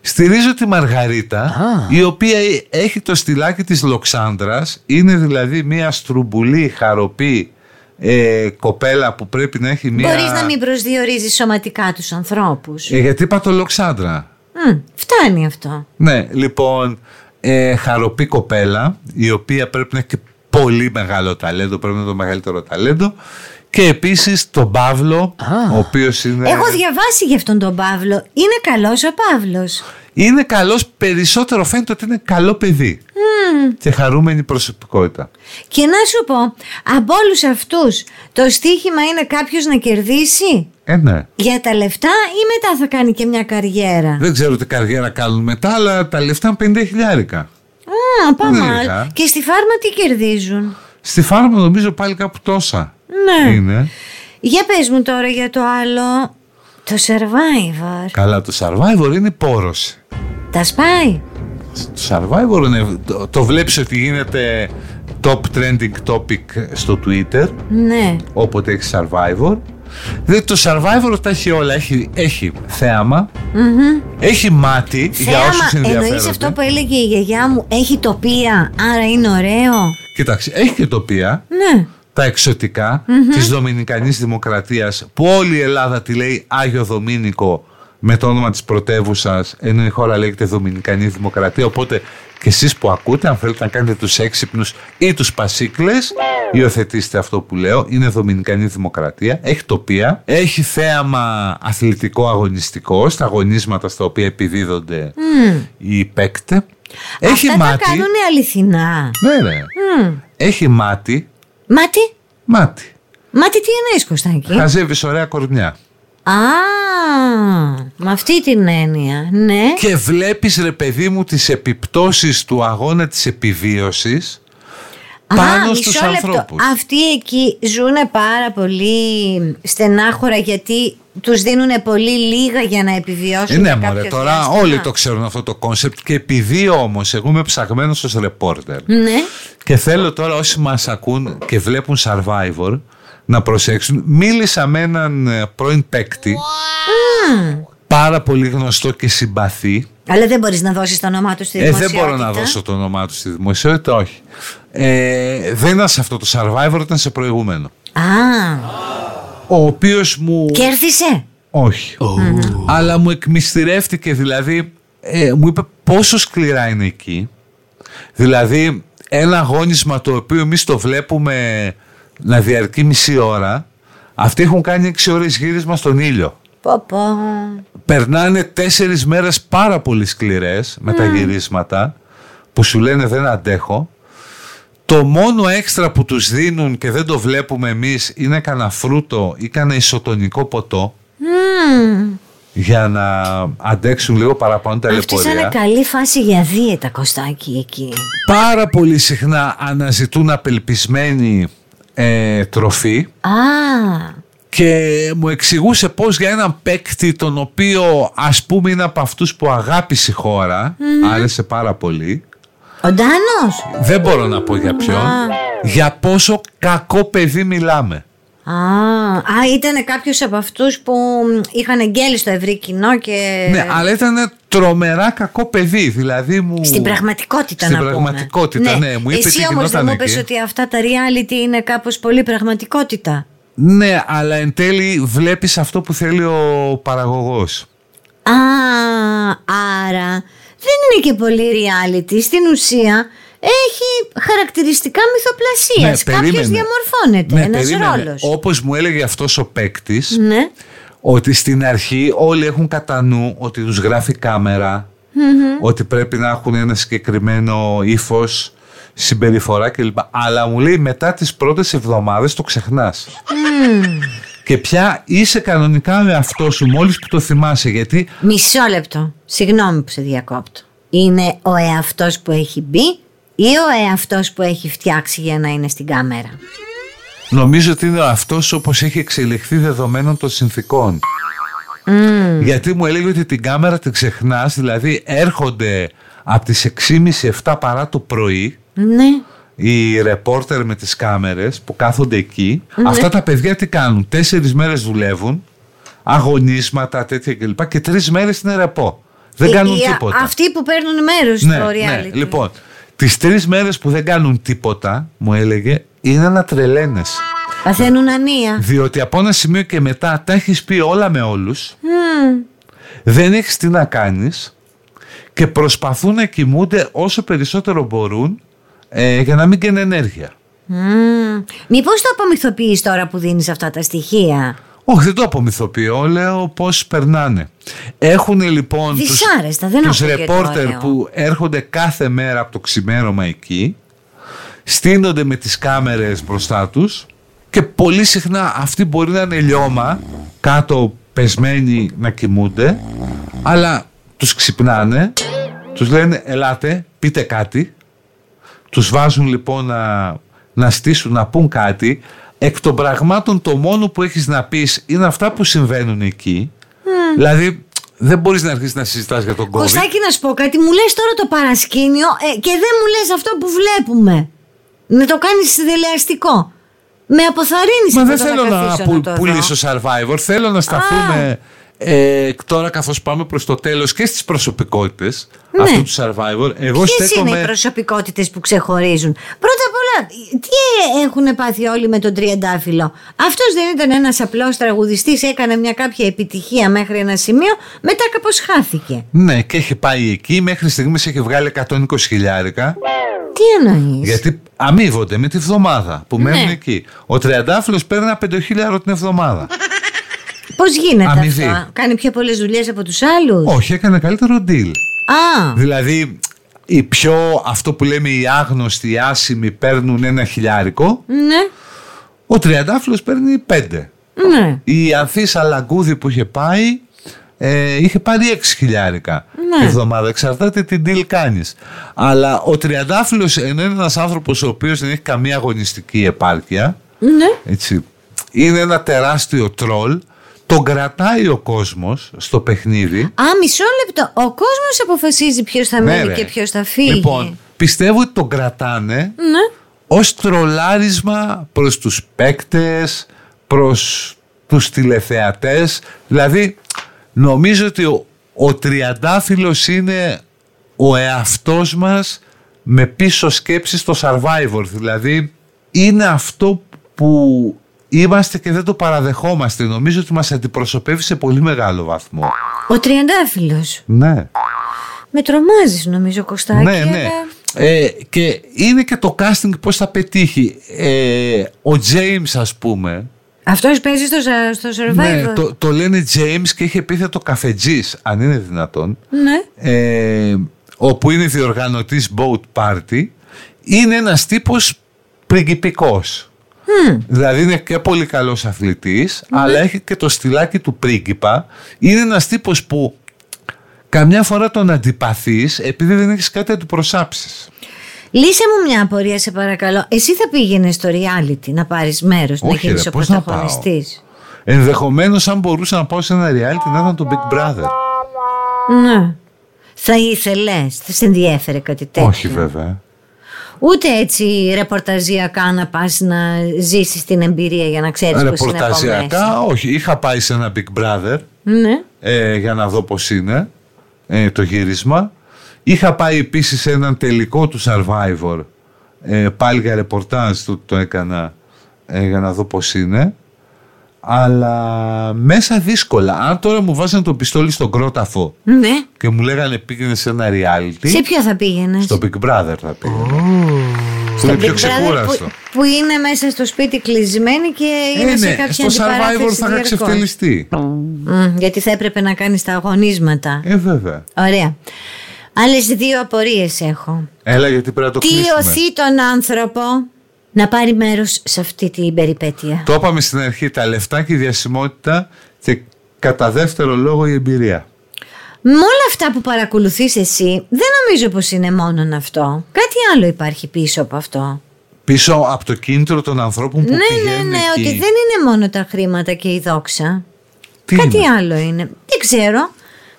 [SPEAKER 1] Στηρίζω τη Μαργαρίτα, η οποία έχει το στυλάκι της Λοξάνδρας. Είναι δηλαδή μια στρουμπουλή, χαροπή ε, κοπέλα που πρέπει να έχει μια...
[SPEAKER 2] Μπορείς να μην προσδιορίζεις σωματικά τους ανθρώπους.
[SPEAKER 1] Ε, γιατί είπα το Λοξάνδρα.
[SPEAKER 2] Φτάνει αυτό.
[SPEAKER 1] Ναι, λοιπόν, ε, χαροπή κοπέλα, η οποία πρέπει να έχει και πολύ μεγάλο ταλέντο, πρέπει να είναι το μεγαλύτερο ταλέντο. Και επίσης τον Παύλο, ο οποίος είναι...
[SPEAKER 2] Έχω διαβάσει για αυτόν τον Παύλο. Είναι καλός ο Παύλος.
[SPEAKER 1] Είναι καλός, περισσότερο φαίνεται ότι είναι καλό παιδί. Και χαρούμενη προσωπικότητα.
[SPEAKER 2] Και να σου πω, από όλους αυτούς, το στίχημα είναι κάποιος να κερδίσει.
[SPEAKER 1] Ε, ναι.
[SPEAKER 2] Για τα λεφτά ή μετά θα κάνει και μια καριέρα.
[SPEAKER 1] Δεν ξέρω τι καριέρα κάνουν μετά, αλλά τα λεφτά είναι 50 χιλιάρικα.
[SPEAKER 2] Α, πάμε.
[SPEAKER 1] Δεν
[SPEAKER 2] άλλο.
[SPEAKER 1] είχα.
[SPEAKER 2] Και στη φάρμα τι κερδίζουν.
[SPEAKER 1] Στη φάρμα νομίζω πάλι κάπου τόσα.
[SPEAKER 2] Ναι.
[SPEAKER 1] Είναι.
[SPEAKER 2] Για πες μου τώρα για το άλλο. Το Survivor.
[SPEAKER 1] Καλά, το Survivor είναι η πόρωση.
[SPEAKER 2] Τα σπάει.
[SPEAKER 1] Το Survivor είναι, το, το βλέπεις ότι γίνεται top trending topic στο Twitter,
[SPEAKER 2] Ναι.
[SPEAKER 1] όποτε έχει Survivor. Δηλαδή το Survivor τα έχει όλα. Έχει, έχει θέαμα, έχει μάτι για όσους
[SPEAKER 2] Θέαμα, εννοείς
[SPEAKER 1] ενδιαφέρονται.
[SPEAKER 2] αυτό που έλεγε η γιαγιά μου, έχει τοπία, άρα είναι ωραίο.
[SPEAKER 1] Κοιτάξτε, έχει και τοπία.
[SPEAKER 2] Ναι.
[SPEAKER 1] τα εξωτικα της Δομινικανής Δημοκρατίας που όλη η Ελλάδα τη λέει Άγιο Δομήνικο με το όνομα της πρωτεύουσας, ενώ η χώρα λέγεται Δομινικανή Δημοκρατία οπότε και εσείς που ακούτε αν θέλετε να κάνετε τους έξυπνους ή τους πασίκλες υιοθετήστε αυτό που λέω είναι Δομινικανή Δημοκρατία, έχει τοπία έχει θέαμα αθλητικό αγωνιστικό στα αγωνίσματα στα οποία επιδίδονται οι παίκτες έχει
[SPEAKER 2] Αυτά
[SPEAKER 1] μάτι
[SPEAKER 2] τα κάνουν αληθινά.
[SPEAKER 1] ναι, ναι. έχει μάτι
[SPEAKER 2] Μάτι,
[SPEAKER 1] μάτι
[SPEAKER 2] μάτι τι εννοείς Κωστάκη.
[SPEAKER 1] Χαζεύεις ωραία κορμιά.
[SPEAKER 2] Α, με αυτή την έννοια, ναι.
[SPEAKER 1] Και βλέπεις, ρε παιδί μου, τις επιπτώσεις του αγώνα της επιβίωσης πάνω
[SPEAKER 2] μισό
[SPEAKER 1] στους
[SPEAKER 2] λεπτό.
[SPEAKER 1] ανθρώπους.
[SPEAKER 2] Αυτοί εκεί ζουν πάρα πολύ στενάχωρα γιατί τους δίνουν πολύ λίγα για να επιβιώσουν.
[SPEAKER 1] Ε, ναι,
[SPEAKER 2] για
[SPEAKER 1] μωρέ,
[SPEAKER 2] κάποιο
[SPEAKER 1] τώρα
[SPEAKER 2] διάστημα.
[SPEAKER 1] όλοι το ξέρουν αυτό το κόνσεπτ. Και επειδή όμως εγώ είμαι ψαγμένος ως ρεπόρτερ
[SPEAKER 2] Ναι.
[SPEAKER 1] και θέλω τώρα όσοι μας ακούν και βλέπουν survivor να προσέξουν, μίλησα με έναν ε, πρώην παίκτη. Πάρα πολύ γνωστό και συμπαθή.
[SPEAKER 2] Αλλά δεν μπορείς να δώσεις το όνομά του στη
[SPEAKER 1] Ε, δεν
[SPEAKER 2] δημοσιότητα.
[SPEAKER 1] μπορώ να δώσω το όνομά του στη δημοσιότητα, όχι. Ε, δεν ήταν σε αυτό το Survivor, ήταν σε προηγούμενο.
[SPEAKER 2] Α,
[SPEAKER 1] Ο οποίος μου.
[SPEAKER 2] κέρδισε.
[SPEAKER 1] Όχι. Αλλά μου εκμυστηρεύτηκε, δηλαδή. Ε, μου είπε πόσο σκληρά είναι εκεί. Δηλαδή, ένα αγώνισμα το οποίο εμείς το βλέπουμε να διαρκεί μισή ώρα, αυτοί έχουν κάνει 6 ώρες γύρισμα στον ήλιο.
[SPEAKER 2] Πω, πω.
[SPEAKER 1] περνάνε τέσσερις μέρες πάρα πολύ σκληρές με τα γυρίσματα που σου λένε δεν αντέχω. Το μόνο έξτρα που τους δίνουν και δεν το βλέπουμε εμείς είναι κανένα φρούτο ή κανένα ισοτονικό ποτό για να αντέξουν λίγο παραπάνω τα
[SPEAKER 2] Αυτή ήταν
[SPEAKER 1] λεπορία.
[SPEAKER 2] καλή φάση για δίαιτα Κωστάκη εκεί.
[SPEAKER 1] Πάρα πολύ συχνά αναζητούν απελπισμένη ε, τροφή.
[SPEAKER 2] Α,
[SPEAKER 1] και μου εξηγούσε πως για έναν παίκτη τον οποίο ας πούμε είναι από αυτούς που αγάπησε η χώρα άρεσε πάρα πολύ
[SPEAKER 2] ο Ντάνος.
[SPEAKER 1] δεν μπορώ να πω για ποιον για πόσο κακό παιδί μιλάμε
[SPEAKER 2] Α, α ήταν κάποιος από αυτούς που μ, είχαν εγγέλει στο ευρύ κοινό και
[SPEAKER 1] ναι αλλά ήταν τρομερά κακό παιδί δηλαδή μου
[SPEAKER 2] στην πραγματικότητα
[SPEAKER 1] στην
[SPEAKER 2] να πούμε.
[SPEAKER 1] πραγματικότητα ναι. μου είπε τι
[SPEAKER 2] Εσύ όμως
[SPEAKER 1] γινόταν
[SPEAKER 2] δεν μου
[SPEAKER 1] εκεί.
[SPEAKER 2] είπες ότι αυτά τα reality είναι κάπως πολύ πραγματικότητα.
[SPEAKER 1] ναι αλλά εν τέλει βλέπεις αυτό που θέλει ο παραγωγός
[SPEAKER 2] Α, άρα δεν είναι και πολύ reality. Στην ουσία έχει χαρακτηριστικά μυθοπλασίας. Κάποιος
[SPEAKER 1] Ναι, περίμενε.
[SPEAKER 2] διαμορφώνεται,
[SPEAKER 1] Ναι,
[SPEAKER 2] ένας
[SPEAKER 1] περίμενε.
[SPEAKER 2] ρόλος.
[SPEAKER 1] Όπως μου έλεγε αυτός ο παίκτης,
[SPEAKER 2] Ναι.
[SPEAKER 1] ότι στην αρχή όλοι έχουν κατά νου ότι τους γράφει κάμερα, ότι πρέπει να έχουν ένα συγκεκριμένο ύφος, συμπεριφορά κλπ. Αλλά μου λέει μετά τις πρώτες εβδομάδες το ξεχνάς. Και πια είσαι κανονικά με αυτό σου μόλις που το θυμάσαι γιατί
[SPEAKER 2] Μισό λεπτό. Συγγνώμη που σε διακόπτω. Είναι ο εαυτός που έχει μπει ή ο εαυτός που έχει φτιάξει για να είναι στην κάμερα.
[SPEAKER 1] νομίζω ότι είναι αυτός όπως έχει εξελιχθεί δεδομένων των συνθήκων. Γιατί μου έλεγε ότι την κάμερα την ξεχνάς, δηλαδή έρχονται από τι 6.30-7 παρά το πρωί
[SPEAKER 2] Ναι.
[SPEAKER 1] οι ρεπόρτερ με τις κάμερες που κάθονται εκεί. Αυτά τα παιδιά τι κάνουν, τέσσερις μέρες δουλεύουν, αγωνίσματα τέτοια κλπ. Και τρεις μέρες είναι ρεπό. Δεν
[SPEAKER 2] Οι-
[SPEAKER 1] κάνουν
[SPEAKER 2] οι-
[SPEAKER 1] τίποτα.
[SPEAKER 2] Αυτοί που παίρνουν μέρος στο reality.
[SPEAKER 1] Λοιπόν, τις τρεις μέρες που δεν κάνουν τίποτα, μου έλεγε, είναι να τρελαίνεσαι.
[SPEAKER 2] Παθαίνουν ανία.
[SPEAKER 1] Διότι από ένα σημείο και μετά τα έχεις πει όλα με όλους Δεν έχεις τι να κάνεις Και προσπαθούν να κοιμούνται όσο περισσότερο μπορούν ε, Για να μην καίνε ενέργεια
[SPEAKER 2] Μήπως το απομυθοποιείς τώρα που δίνεις αυτά τα στοιχεία.
[SPEAKER 1] Όχι, δεν το απομυθοποιώ. Λέω πώς περνάνε. Έχουν λοιπόν τους,
[SPEAKER 2] Δυσάρεστα, δεν
[SPEAKER 1] τους
[SPEAKER 2] ακούγεται
[SPEAKER 1] ρεπόρτερ
[SPEAKER 2] ωραίο.
[SPEAKER 1] που έρχονται κάθε μέρα από το ξημέρωμα εκεί, στείνονται με τις κάμερες μπροστά τους και πολύ συχνά αυτοί μπορεί να είναι λιώμα, κάτω πεσμένοι να κοιμούνται, αλλά τους ξυπνάνε, τους λένε ελάτε, πείτε κάτι, τους βάζουν λοιπόν να, να στήσουν, να πούν κάτι. Εκ των πραγμάτων το μόνο που έχεις να πεις είναι αυτά που συμβαίνουν εκεί. Δηλαδή δεν μπορείς να αρχίσεις να συζητάς για τον COVID.
[SPEAKER 2] Κωστάκι να σου πω κάτι, μου λες τώρα το παρασκήνιο ε, και δεν μου λες αυτό που βλέπουμε. Να το κάνεις δελεαστικό. Με αποθαρρύνεις
[SPEAKER 1] Μα
[SPEAKER 2] που
[SPEAKER 1] δεν
[SPEAKER 2] το
[SPEAKER 1] θέλω να
[SPEAKER 2] καθίσω
[SPEAKER 1] που-
[SPEAKER 2] το δω.
[SPEAKER 1] πουλήσω Survivor. Θέλω να σταθούμε ε, τώρα καθώς πάμε προς το τέλος και στις προσωπικότητες
[SPEAKER 2] Ναι.
[SPEAKER 1] αυτού του Survivor. Εγώ
[SPEAKER 2] Ποιες
[SPEAKER 1] στέκομαι...
[SPEAKER 2] είναι οι προσωπικότητες που ξεχωρίζουν. Πρώτα απ' όλα, τι έχουν πάθει όλοι με τον τριαντάφυλλο. Αυτός δεν ήταν ένας απλός τραγουδιστής, έκανε μια κάποια επιτυχία μέχρι ένα σημείο, μετά κάπως χάθηκε.
[SPEAKER 1] Ναι, και έχει πάει εκεί. Μέχρι στιγμής έχει βγάλει 120 χιλιάρικα.
[SPEAKER 2] Τι εννοείς.
[SPEAKER 1] Γιατί αμείβονται με τη βδομάδα που μένουν εκεί. Ο Τριαντάφυλλο παίρνει ένα πεντοχίλιαρο την εβδομάδα.
[SPEAKER 2] Πώς γίνεται
[SPEAKER 1] Αμοιβή.
[SPEAKER 2] αυτό. Κάνει πιο πολλές δουλειές από τους άλλους.
[SPEAKER 1] Όχι, έκανε καλύτερο deal.
[SPEAKER 2] Α,
[SPEAKER 1] Δηλαδή, οι πιο, αυτό που λέμε οι άγνωστοι, οι άσημοι παίρνουν ένα χιλιάρικο.
[SPEAKER 2] ναι,
[SPEAKER 1] Ο Τριαντάφυλλος παίρνει πέντε.
[SPEAKER 2] ναι.
[SPEAKER 1] Η Ανθίσα Λαγκούδη που είχε πάει ε, είχε πάρει 6 χιλιάρικα
[SPEAKER 2] Ναι.
[SPEAKER 1] τη εβδομάδα. Εξαρτάται τι deal κάνεις. Αλλά ο Τριαντάφυλλος ενώ είναι ένας άνθρωπος ο οποίος δεν έχει καμία αγωνιστική επάρκεια.
[SPEAKER 2] Ναι.
[SPEAKER 1] Έτσι. Είναι ένα τεράστιο τρόλ. Τον κρατάει ο κόσμος στο παιχνίδι.
[SPEAKER 2] Α, μισό λεπτό. Ο κόσμος αποφασίζει ποιος θα
[SPEAKER 1] Ναι,
[SPEAKER 2] μείνει
[SPEAKER 1] ρε.
[SPEAKER 2] και ποιος θα φύγει.
[SPEAKER 1] Λοιπόν, πιστεύω ότι τον κρατάνε
[SPEAKER 2] Ναι.
[SPEAKER 1] ως τρολάρισμα προς τους παίκτες, προς τους τηλεθεατές. Δηλαδή, νομίζω ότι ο, ο Τριαντάφυλλος είναι ο εαυτός μας με πίσω σκέψη στο Survivor. Δηλαδή, είναι αυτό που είμαστε και δεν το παραδεχόμαστε. Νομίζω ότι μας αντιπροσωπεύει σε πολύ μεγάλο βαθμό.
[SPEAKER 2] Ο τριαντάφυλλος.
[SPEAKER 1] Ναι.
[SPEAKER 2] Με τρομάζεις, νομίζω, Κωστάκη.
[SPEAKER 1] Ναι, ναι.
[SPEAKER 2] αλλά-
[SPEAKER 1] Ε, και είναι και το casting πώς θα πετύχει. Ε, ο James ας πούμε,
[SPEAKER 2] Αυτός παίζει στο, σα- στο survivor.
[SPEAKER 1] ναι, το, το λένε James και έχει επίθετο καφετζής, αν είναι δυνατόν,
[SPEAKER 2] Ναι.
[SPEAKER 1] ε, όπου είναι διοργανωτής boat party, είναι ένας τύπος πριγκιπικός. Δηλαδή είναι και πολύ καλός αθλητής, αλλά έχει και το στυλάκι του πρίγκιπα. Είναι ένας τύπος που καμιά φορά τον αντιπαθείς επειδή δεν έχεις κάτι να του προσάψεις.
[SPEAKER 2] Λύσε μου μια απορία, σε παρακαλώ. Εσύ θα πήγαινες στο reality να πάρεις μέρος, να
[SPEAKER 1] Όχι,
[SPEAKER 2] γίνει
[SPEAKER 1] ρε,
[SPEAKER 2] ο
[SPEAKER 1] πώς να πάω.
[SPEAKER 2] πρωταγωνιστής.
[SPEAKER 1] Ενδεχομένως, αν μπορούσα να πάω σε ένα reality, να ήταν το Big Brother.
[SPEAKER 2] Ναι. Θα ήθελες, θα σε ενδιέφερε κάτι τέτοιο.
[SPEAKER 1] Όχι, βέβαια.
[SPEAKER 2] Ούτε έτσι ρεπορταζιακά να πας να ζήσεις την εμπειρία για να ξέρεις πώς είναι από μέσα.
[SPEAKER 1] Ρεπορταζιακά, όχι. Είχα πάει σε ένα Big Brother
[SPEAKER 2] Ναι.
[SPEAKER 1] ε, για να δω πώς είναι ε, το γύρισμα. Είχα πάει επίσης σε έναν τελικό του Survivor ε, πάλι για ρεπορτάζ το, το έκανα ε, για να δω πώς είναι. Αλλά μέσα δύσκολα. Αν τώρα μου βάζανε το πιστόλι στον κρόταφο
[SPEAKER 2] Ναι.
[SPEAKER 1] και μου λέγανε πήγαινε σε ένα reality.
[SPEAKER 2] Σε ποιο θα πήγαινες.
[SPEAKER 1] Στο Big Brother θα πήγαινε. Που είναι πιο ξεκούραστο.
[SPEAKER 2] Ε, δηλαδή, Που, που είναι μέσα στο σπίτι κλεισμένη και
[SPEAKER 1] Ε,
[SPEAKER 2] είναι σε
[SPEAKER 1] ναι,
[SPEAKER 2] κάποια
[SPEAKER 1] στο Survivor
[SPEAKER 2] αντιπαράθεση
[SPEAKER 1] θα είχα
[SPEAKER 2] διαρκώς.
[SPEAKER 1] ξεφτελιστεί.
[SPEAKER 2] Μμ, γιατί θα έπρεπε να κάνεις τα αγωνίσματα.
[SPEAKER 1] Ε, βέβαια.
[SPEAKER 2] Ωραία. Άλλες δύο απορίες έχω.
[SPEAKER 1] Έλα γιατί πρέπει να το
[SPEAKER 2] Τι
[SPEAKER 1] κλείσουμε.
[SPEAKER 2] οθεί τον άνθρωπο να πάρει μέρος σε αυτή την περιπέτεια.
[SPEAKER 1] Το είπαμε στην αρχή, τα λεφτά και η διασημότητα και κατά δεύτερο λόγο η εμπειρία.
[SPEAKER 2] Με όλα αυτά που παρακολουθείς εσύ, δεν νομίζω πως είναι μόνον αυτό. Κάτι άλλο υπάρχει πίσω από αυτό.
[SPEAKER 1] Πίσω από το κίνητρο των ανθρώπων που
[SPEAKER 2] ναι, ναι,
[SPEAKER 1] πηγαίνουν
[SPEAKER 2] ναι,
[SPEAKER 1] εκεί.
[SPEAKER 2] ότι δεν είναι μόνο τα χρήματα και η δόξα.
[SPEAKER 1] Τι
[SPEAKER 2] Κάτι
[SPEAKER 1] είναι?
[SPEAKER 2] άλλο είναι. Δεν ξέρω.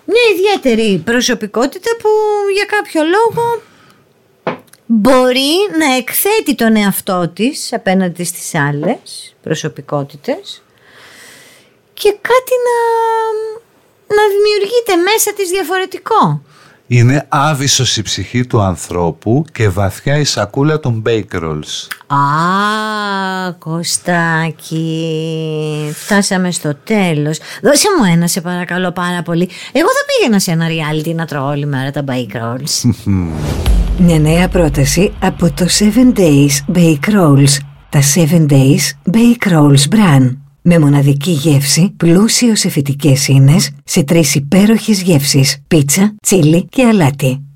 [SPEAKER 2] Μια ιδιαίτερη προσωπικότητα που για κάποιο λόγο μπορεί να εκθέτει τον εαυτό της απέναντι στις άλλες προσωπικότητες και κάτι να, να δημιουργείται μέσα της διαφορετικό.
[SPEAKER 1] Είναι άβυσος η ψυχή του ανθρώπου και βαθιά η σακούλα των Bakerolls.
[SPEAKER 2] Α, Κωστάκη, φτάσαμε στο τέλος. Δώσε μου ένα, σε παρακαλώ πάρα πολύ. Εγώ θα πήγαινα σε ένα reality να τρώω όλη μέρα τα bike rolls.
[SPEAKER 3] Μια νέα πρόταση από το 7 Days Bake Rolls. Τα 7 Days Bake Rolls Bran. Με μοναδική γεύση, πλούσιος σε φυτικές ίνες, σε τρεις υπέροχες γεύσεις, πίτσα, τσίλι και αλάτι.